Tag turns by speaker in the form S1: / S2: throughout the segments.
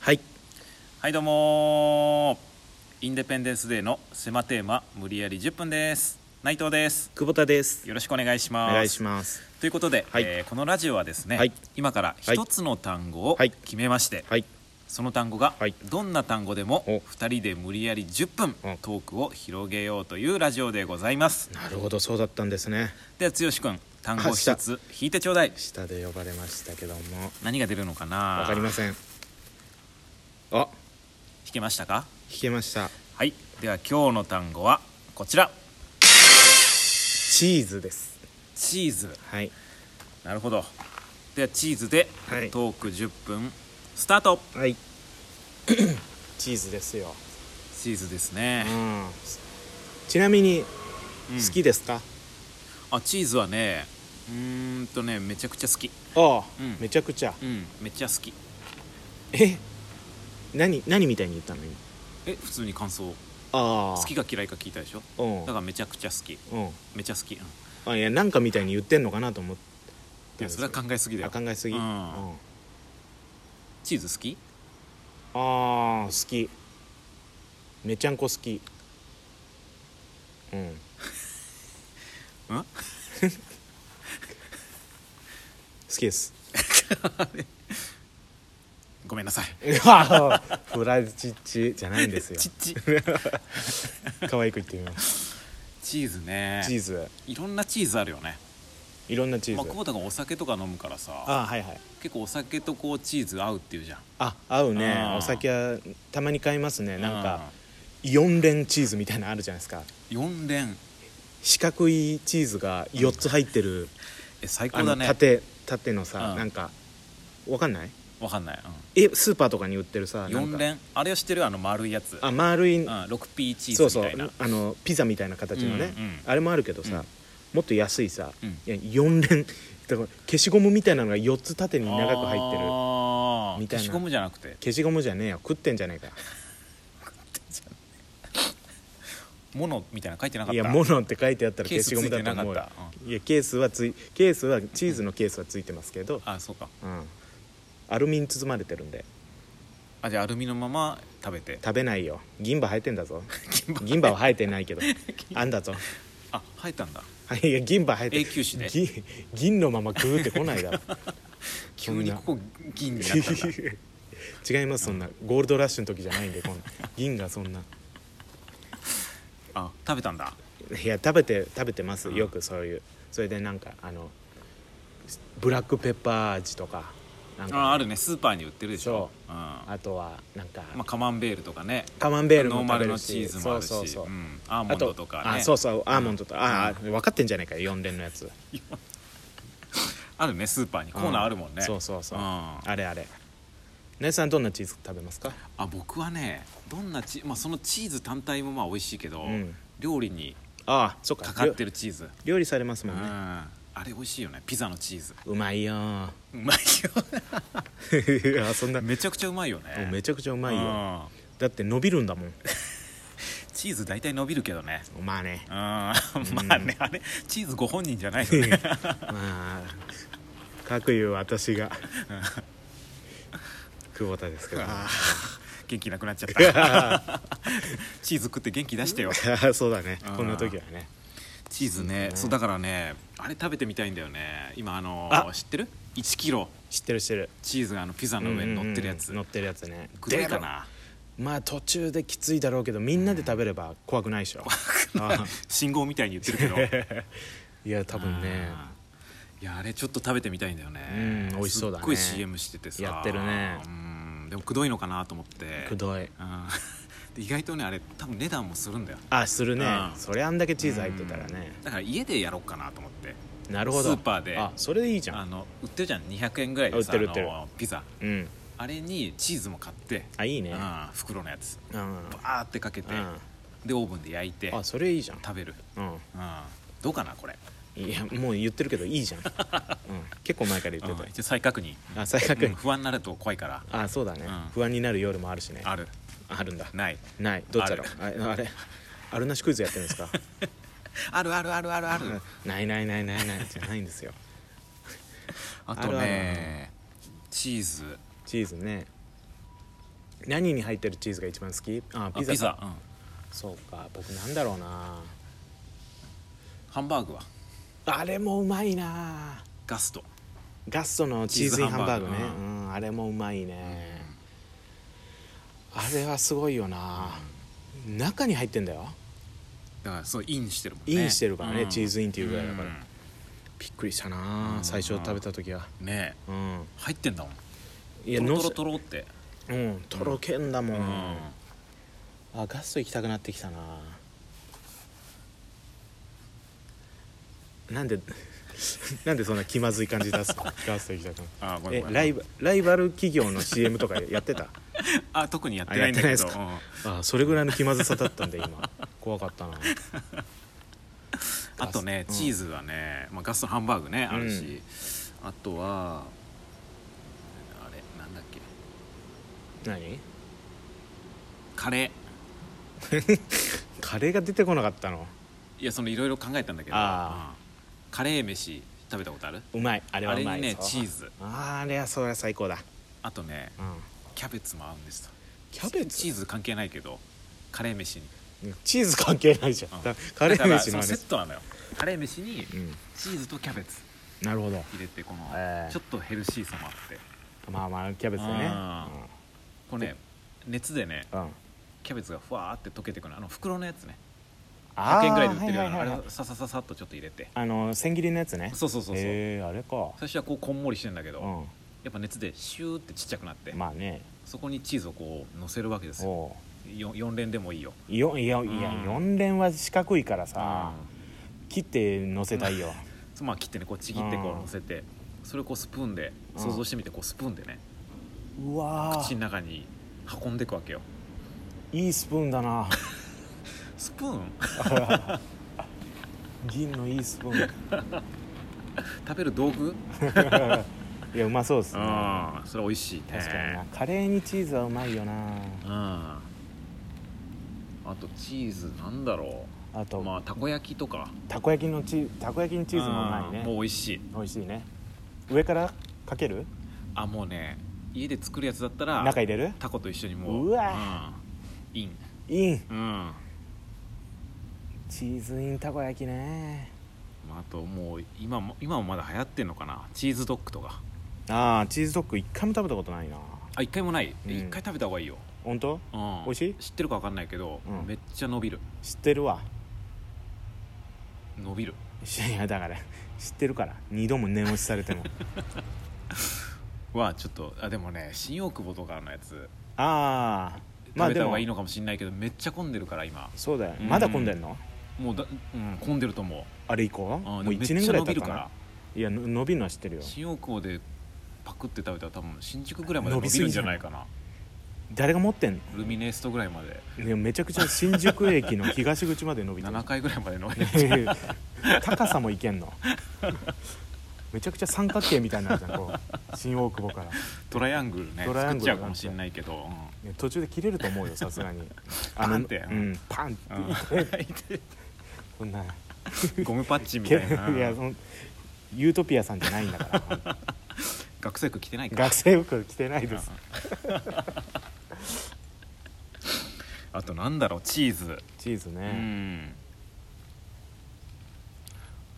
S1: はい
S2: はいどうもーインデペンデンスデーの狭テーマ無理やり10分です内藤です
S1: 久保田です
S2: よろしくお願いし
S1: お
S2: ます
S1: 願いします
S2: ということで、
S1: はい
S2: えーこのラジオはですね、
S1: はい
S2: 今から一つの単語を
S1: はい
S2: 決めまして、
S1: はい
S2: その単語が
S1: はい
S2: どんな単語でも
S1: お
S2: 2人で無理やり10分
S1: うん
S2: トークを広げようというラジオでございます
S1: なるほどそうだったんですね
S2: では剛君単語
S1: あした
S2: 一つ引いてちょうだい
S1: 下で呼ばれましたけども
S2: 何が出るのかな
S1: わかりませんあ
S2: 引けましたか
S1: 弾けました
S2: はいでは今日の単語はこちら
S1: チーズです
S2: チーズ
S1: はい
S2: なるほどではチーズで
S1: はい
S2: トーク10分スタート、
S1: はい チーズですよ
S2: チーズですね
S1: う、んちなみに
S2: うん
S1: 好きですか、
S2: あチーズはねうーんとねめちゃくちゃ好き
S1: ああ、
S2: うん
S1: めちゃくちゃ
S2: うんめっちゃ好き
S1: え何何みたいに言ったの今
S2: え普通に感想
S1: ああ
S2: 好きか嫌いか聞いたでしょ
S1: うん
S2: だからめちゃくちゃ好き
S1: うん
S2: めちゃ好き、うん、い
S1: あいやなんかみたいに言ってんのかなと思って
S2: やそれは考えすぎだ
S1: あ
S2: よ
S1: 考えすぎ、
S2: うん
S1: あ
S2: チーズ好き
S1: あー好きめちゃんこ好き うん
S2: うん
S1: 好きです
S2: ごめんなさい
S1: フラチッチじゃないんですよ
S2: チッチ
S1: 可愛く言ってみます
S2: チーズね
S1: チーズ
S2: いろんなチーズあるよね
S1: いろんなチー
S2: まあ
S1: ズ
S2: 久保田がお酒とか飲むからさ
S1: あはいはい
S2: 結構お酒とこうチーズ合うっていうじゃん
S1: あ合うね
S2: うん
S1: お酒はたまに買いますねなんか4連チーズみたいなのあるじゃないですか
S2: 4連
S1: 四角いチーズが4つ入ってる
S2: え最
S1: あ
S2: 高だ
S1: の
S2: ね
S1: 縦縦のさ、
S2: うん
S1: なんかわかんない
S2: わかんない、
S1: えスーパーとかに売ってるさ
S2: うん、
S1: なん
S2: 4
S1: か
S2: 連あれを知ってるあの丸いやつ
S1: あ丸い、
S2: うん、6P チ
S1: そ
S2: ー
S1: う
S2: ズ
S1: そ
S2: み
S1: う
S2: たいな
S1: あのピザみたいな形のね、
S2: うんうん
S1: あれもあるけどさ、
S2: うん
S1: もっと安いさ、
S2: うん
S1: いや4連だから消しゴムみたいなのが4つ縦に長く入ってる
S2: あー
S1: みたいな
S2: 消しゴムじゃなくて
S1: 消しゴムじゃねえよ食ってんじゃねえ
S2: モノみたいなの書いてなか
S1: か
S2: っ
S1: い
S2: た
S1: や「モノ」って書いてあったら
S2: ケ
S1: 消
S2: ースつ
S1: しゴム
S2: い
S1: だ
S2: てな
S1: と
S2: か
S1: 思
S2: っ
S1: うよ
S2: た、うん
S1: いやケースはついケースはチーズのケースはついてますけど、
S2: あそうか
S1: うん、アルミに包まれてるんで
S2: あじゃあアルミのまま食べて
S1: 食べないよ銀歯生えてんだ ぞ
S2: 銀歯
S1: 銀歯は生えてないけ どあんだぞ
S2: あ生えたんだ
S1: はいいや銀歯生えて
S2: 永久歯ね
S1: 銀銀のままグーってこないだろ
S2: 急
S1: んな
S2: にここ銀になったん だ
S1: 違いますそんなゴールドラッシュの時じゃないんでこんな銀がそんな
S2: あ食べたんだ
S1: いや食べて食べてます
S2: うん
S1: よくそういうそれでなんかあのブラックペッパー味とかなんか
S2: ああるねスーパーに売ってるでしょう、んま
S1: あとはなんか、
S2: あ、カマンベールとかね
S1: カマンベールも
S2: ノーマ
S1: 食べ
S2: ル
S1: る
S2: の
S1: し
S2: チーズもあるし
S1: そうそうそう、
S2: ん、アーモンドとかね
S1: あそうそうアーモンドとか、ああ分かってんじゃないかよ4連のやつ
S2: あるねスーパーにコーナーあるもんね、
S1: そうそうそう、
S2: ん
S1: あ
S2: あ
S1: れあれなえさんどんなチーズ食べますか
S2: 僕はねどんなチ、まあ、そのチーズ単体もまあ美味しいけど、
S1: うん
S2: 料理に
S1: ああそっか
S2: かかって
S1: る
S2: るチーズ、
S1: 料理されます
S2: う
S1: も
S2: ん、
S1: んね、
S2: あれ美味しいよねピザのチーズ
S1: うま いよあ
S2: うまい
S1: そんな
S2: よめちゃくちゃうまいよね
S1: め
S2: ち
S1: ちゃくちゃう
S2: ゃ
S1: まいよ、だって伸びるんだもん
S2: チーズ大体伸びるけどね
S1: まあね
S2: うんまあねあれチーズご本人じゃないよね
S1: まあかくいう私が久保田ですけど
S2: あー 元気なくなっちゃったチーズ食って元気出してよ
S1: そうだね
S2: うん
S1: こんな時はね
S2: チーズね
S1: ね
S2: そうだからねあれ食べてみたいんだよね今あの
S1: あ
S2: 知ってる1キロ
S1: 知ってる知ってる
S2: チーズがあのピザの上に乗ってるや
S1: う
S2: つ
S1: んうんうん乗ってるやつね
S2: グレーかな
S1: まあ途中できついだろうけどみんなで食べれば怖くないでしょあ
S2: 信号みたいに言ってるけど
S1: いや多分ね
S2: あーいやあれちょっと食べてみたいんだよね
S1: うん美味しそうだね
S2: すっごい CM しててさ
S1: やってるね
S2: うんでもくどいのかなと思って
S1: くどい
S2: うん で意外とねあれ多分値段もするんだよ
S1: あするね
S2: うん
S1: それあんだけチーズ入ってたらね
S2: だから家でやろうかなと思って
S1: なるほど
S2: スーパーで
S1: あそれでいいじゃ
S2: あ
S1: ん
S2: の売ってるじゃん200円ぐらいでさ
S1: 売ってる売ってる
S2: あのピザ
S1: うん
S2: あれにチーズも買って
S1: あいいね
S2: うん袋のやつ
S1: うん
S2: バーってかけて、
S1: う
S2: でオーブンで焼いて
S1: んあそれいいじゃん
S2: 食べる、
S1: うん
S2: うん、どうかなこれ、
S1: いやもう言ってるけどいいじゃんうん結構前から言
S2: うん
S1: って
S2: 一応再確認
S1: たあ再確
S2: うん
S1: 認
S2: 不安になると怖いから
S1: あそうだね
S2: うん
S1: 不安になる夜もあるしね
S2: ある
S1: あるんだ
S2: ない
S1: ないどっちだろうああれあるなしクイズやってるんですか
S2: あるあるあるあるある、
S1: ないないないないないじゃないんですよ
S2: あとねチーズ
S1: チーズね何に入ってるチーズが一番好きあ
S2: あ
S1: ピザ
S2: ピザ、
S1: か
S2: うん、
S1: そうか僕なんだろうな
S2: ハンバーグは
S1: あれもうまいな
S2: ガスト
S1: ガストのチーズインハンバーグね
S2: チーズハンバーグ
S1: うんあれもうまいね、あれはすごいよな、中に入ってんだよ
S2: だからそうインしてるもんね
S1: インしてるからね
S2: うん
S1: チーズインっていうぐらいだから
S2: うん
S1: びっくりしたな、
S2: うん
S1: 最初食べた時は
S2: ねえ
S1: うん
S2: 入ってんだもん
S1: いや
S2: トロ
S1: の
S2: ト
S1: せ
S2: ロトロって
S1: うんとろけんだもん、
S2: うん
S1: あガスト行きたくなってきたななんで なんでそんな気まずい感じ 出すのガスト行きたくな
S2: あごめん
S1: え
S2: ごめん
S1: ライバライバル企業の CM とかやってた
S2: あ特にやってないんだけど
S1: あやって
S2: うん
S1: あそれぐらいの気まずさだったんで今怖かったな
S2: あとね
S1: ガス
S2: チーズはね、まあ、ガストハンバーグねあるし、あとはあれなんだっけ
S1: 何
S2: カレ
S1: カレーが出てこなかったの
S2: ーいやそのいろいろ考えたんだけど、
S1: あ
S2: うんカレー飯食べたことある
S1: うまいあ
S2: あ
S1: れはう
S2: れ
S1: ま
S2: に
S1: い
S2: ね
S1: そう
S2: チーズ
S1: あーあれはそれは最高だ、
S2: あとね
S1: うん、
S2: キャベツも合うんですよ
S1: キャベツ
S2: チーズ関係ないけどカレー飯に、
S1: チーズ関係ないじゃん、
S2: うん
S1: だカレー飯の
S2: だからそ
S1: 話
S2: のセットなのよカレー飯に
S1: うん
S2: チーズとキャベツ
S1: なるほど
S2: 入れてこの
S1: ええ
S2: ちょっとヘルシーさもあって
S1: まあまあキャベツだ
S2: あ
S1: ね
S2: これね熱でね
S1: うん、うん、
S2: キャベツがふわーって溶けてくるあの袋のやつね
S1: あー
S2: 100円ぐらいで売ってるような
S1: はい
S2: あれ
S1: はいはい
S2: をささささっとちょっと入れて
S1: あの千切りのやつね
S2: そうそうそうそう
S1: へえあれか
S2: 最初はこうこんもりしてんだけど
S1: う
S2: やっぱ熱でシューってちっちゃくなって
S1: んまあね
S2: そこにチーズをこう乗せるわけですよ
S1: お
S2: よ4連でもいいよ
S1: うよいやいや
S2: うん
S1: 4連は四角いからさ
S2: うん
S1: 切って乗せたいよ
S2: そうまあ切ってねこうちぎってこう乗せてそれをこうスプーンで
S1: うん
S2: 想像してみてこうスプーンでね
S1: うわ
S2: 口
S1: ー
S2: の中に運んでいくわけよ
S1: いいスプーンだな
S2: スプ ーン
S1: 銀のいいスプーン
S2: 食べる道具
S1: いやうまそうですね
S2: うんそれ美味しいね
S1: 確かになカレーにチーズはうまいよな
S2: うんあとチーズなんだろ
S1: あ
S2: う
S1: と、
S2: まあたこ焼きとか
S1: たこ焼きのチーたこ焼きにチーズもうまい
S2: うん
S1: ね
S2: もう美味しい
S1: 美味しいね上からかける
S2: あもうね家で作るやつだったら
S1: 中入れる
S2: タコと一緒にもう
S1: うわ
S2: うんイン
S1: イン
S2: うん、ま
S1: チーズインたこ焼きね
S2: あ、あともう今も今もまだ流行ってんのかなチーズドッグとか
S1: ああチーズドッグ一回も食べたことないな
S2: あ一回もない
S1: うん
S2: 一、回食べた方がいいよ、
S1: 本当
S2: うん、
S1: 美味しい
S2: 知ってるか分かんないけど、
S1: うん
S2: めっちゃ伸びる
S1: 知ってるわ
S2: 伸びる
S1: いやだから知ってるから二度も念押しされ ても
S2: はちょっとあでもね新大久保とかのやつ
S1: ああま
S2: 食
S1: あ
S2: べ
S1: で
S2: た方
S1: も
S2: がいいのかもしれないけどめっちゃ混んでるから今
S1: そうだよ
S2: うん
S1: まだ混んでんの
S2: もうだ、うん、混んでると思
S1: あれ以降
S2: う、
S1: も
S2: ん、
S1: う
S2: めっ
S1: 1
S2: ちゃ
S1: 年ぐらい
S2: 伸
S1: 経
S2: び
S1: っ
S2: る
S1: たか
S2: からら
S1: いやの伸びるのは知ってるよ
S2: 新大久保でパクって食べたら多分新宿ぐらいまで伸びるんじゃないかな
S1: 誰が持ってんの
S2: ルミネストぐらいまで
S1: いやめちゃくちゃ新宿駅の東口まで伸びてる
S2: 7階ぐらいまで伸 びる
S1: 高さもいけんのめちゃくちゃ三角形みたいになるじゃんこう新大久保から
S2: トライアングルね
S1: トライアングル
S2: 作っちゃうかもしれないけど、
S1: いや途中で切れると思うよさすがに
S2: パンって
S1: うん、パンって
S2: うんう
S1: そんなん
S2: ゴムパッチンみたいない
S1: やそのユートピアさんじゃないんだから
S2: 学生服着てないから
S1: 学生服着てないです
S2: うんあとなんだろうチーズ、
S1: チーズ
S2: う
S1: ね、
S2: ん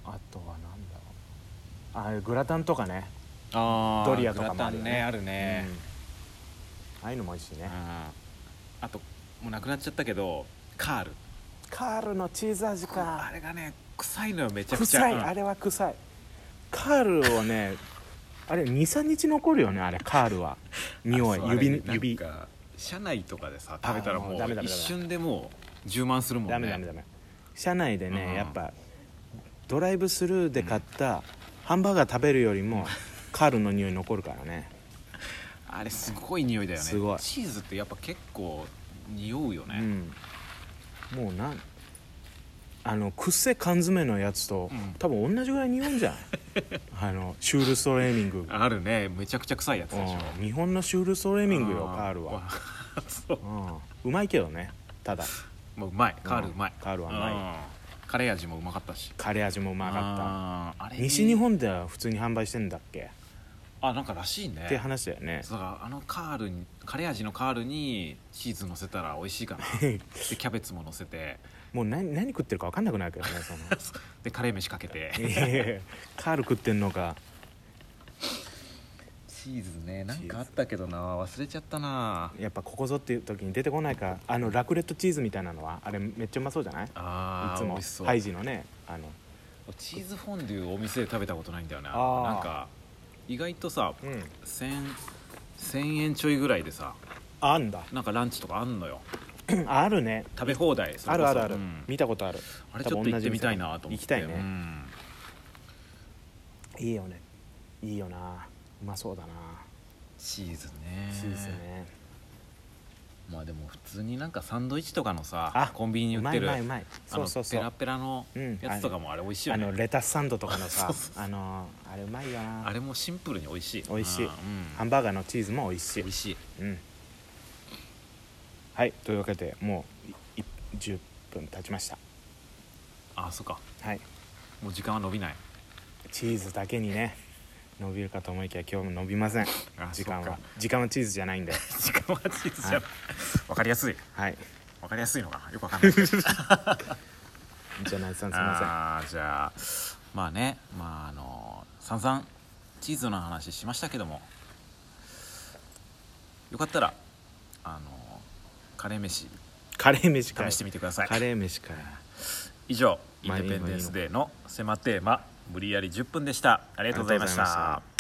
S1: あとはなんだろうあれグラタンとかね、
S2: あー
S1: ドリアとかもあるよね
S2: グラタンねあるね、
S1: うんああいうのも美味しいね
S2: あーあともうなくなっちゃったけどカール
S1: カールのチーズ味
S2: あ
S1: か
S2: れがね臭いのよめちゃくちゃ
S1: 臭い
S2: うん
S1: あれは臭いカールをね あれ23日残るよねあれカール は匂い
S2: そうあれね
S1: 指
S2: なんか
S1: 指
S2: 車内とかでさ食べたらも
S1: あーダメダ
S2: う
S1: メダメ
S2: 一瞬でもう充満するもんね
S1: ダメダメダメ車内でね、
S2: うん
S1: やっぱドライブスルーで買ったハンバーガー食べるよりもカールの匂い残るからね
S2: あれすごい匂いだよね
S1: すごい
S2: チーズってやっぱ結構匂うよ
S1: う
S2: ね、
S1: んもうなんあの癖缶詰のやつと、
S2: うん
S1: 多分同じぐらい匂うんじゃん あのシュールストレーミング
S2: あるねめちゃくちゃ臭いやつでしょ
S1: うん日本のシュールストレーミングよ
S2: あ
S1: カールは、
S2: そう
S1: うん、うまいけどねただ
S2: もううまいカールうまい、
S1: うんカールはうまい
S2: うんカレー味もうまかったし
S1: カレー味もうまかっ
S2: かった
S1: た西日本では普通に販売してんだっけ
S2: あなんからしい
S1: って
S2: ね
S1: 話だよね
S2: そうだからあのカールにカレー味のカールにチーズ乗せたら美味しい かなでキャベツも乗せて
S1: もう何何食ってるか分かんなくなるけどね その
S2: でカレー飯かけて
S1: いやいやいやカール食ってんのか
S2: チーズねなんかあったけどな忘れちゃったな
S1: やっぱここぞっていう時に出てこないかあのラクレットチーズみたいなのはあれめっちゃうまそうじゃないい
S2: あ
S1: つ
S2: ー美
S1: も
S2: 味しそう、
S1: ハイジのねあの
S2: チーズフォンデュお店で食べたことないんだよな
S1: あー
S2: なんか意外とさ
S1: うん
S2: 1000 1000円ちょいぐらいでさ
S1: あんだ
S2: なんかランチとかあんのよ
S1: あるね
S2: 食べ放題そ
S1: あ
S2: れこ
S1: る
S2: そ
S1: あるある、
S2: うん
S1: 見たことある
S2: あれちょっと行ってみたいなと思って
S1: 行きたいね
S2: うん
S1: いいよねいいよなうまそうだな
S2: チーズね
S1: チーズね
S2: まあでも普通になんかサンドイッチとかのさ
S1: あ
S2: コンビニに
S1: う
S2: 売っ
S1: ま
S2: て
S1: いう
S2: る
S1: ま
S2: あ
S1: いうまいそうそう
S2: の
S1: そ
S2: ペラ
S1: う
S2: ペラの
S1: うん
S2: やつとかもあれ美味しいよ
S1: あ
S2: ね
S1: のレタスサンドとかの
S2: そ
S1: さ
S2: うそう
S1: あのーあれうまいよな
S2: あれもシンプルに美味しい
S1: 美味しい
S2: うん
S1: ハンバーガーのチーズも美味しい
S2: 美味しい
S1: うんはいというわけでもういい10分経ちました
S2: あそっか
S1: はい
S2: もう時間は伸びない
S1: チーズだけにね伸びるかと思いきや今日も伸びません
S2: あ
S1: 時間
S2: そっ
S1: は
S2: か
S1: 時間はチーズじゃないんで
S2: 時間はチーズじゃない
S1: は
S2: わかりやすい
S1: はい
S2: わかりやすいのかなよくわか んないけど
S1: じゃあナイツさんすいません
S2: あーじゃあまあねまああの散々チーズの話しましたけどもよかったらあのカレー飯
S1: カレー飯かい
S2: 試してみてください
S1: カレー飯かい
S2: 以上イン
S1: まあ
S2: デペンデンスデーの狭テーマ無理やり10分でしたありがとうございまし
S1: ありがとうございましたた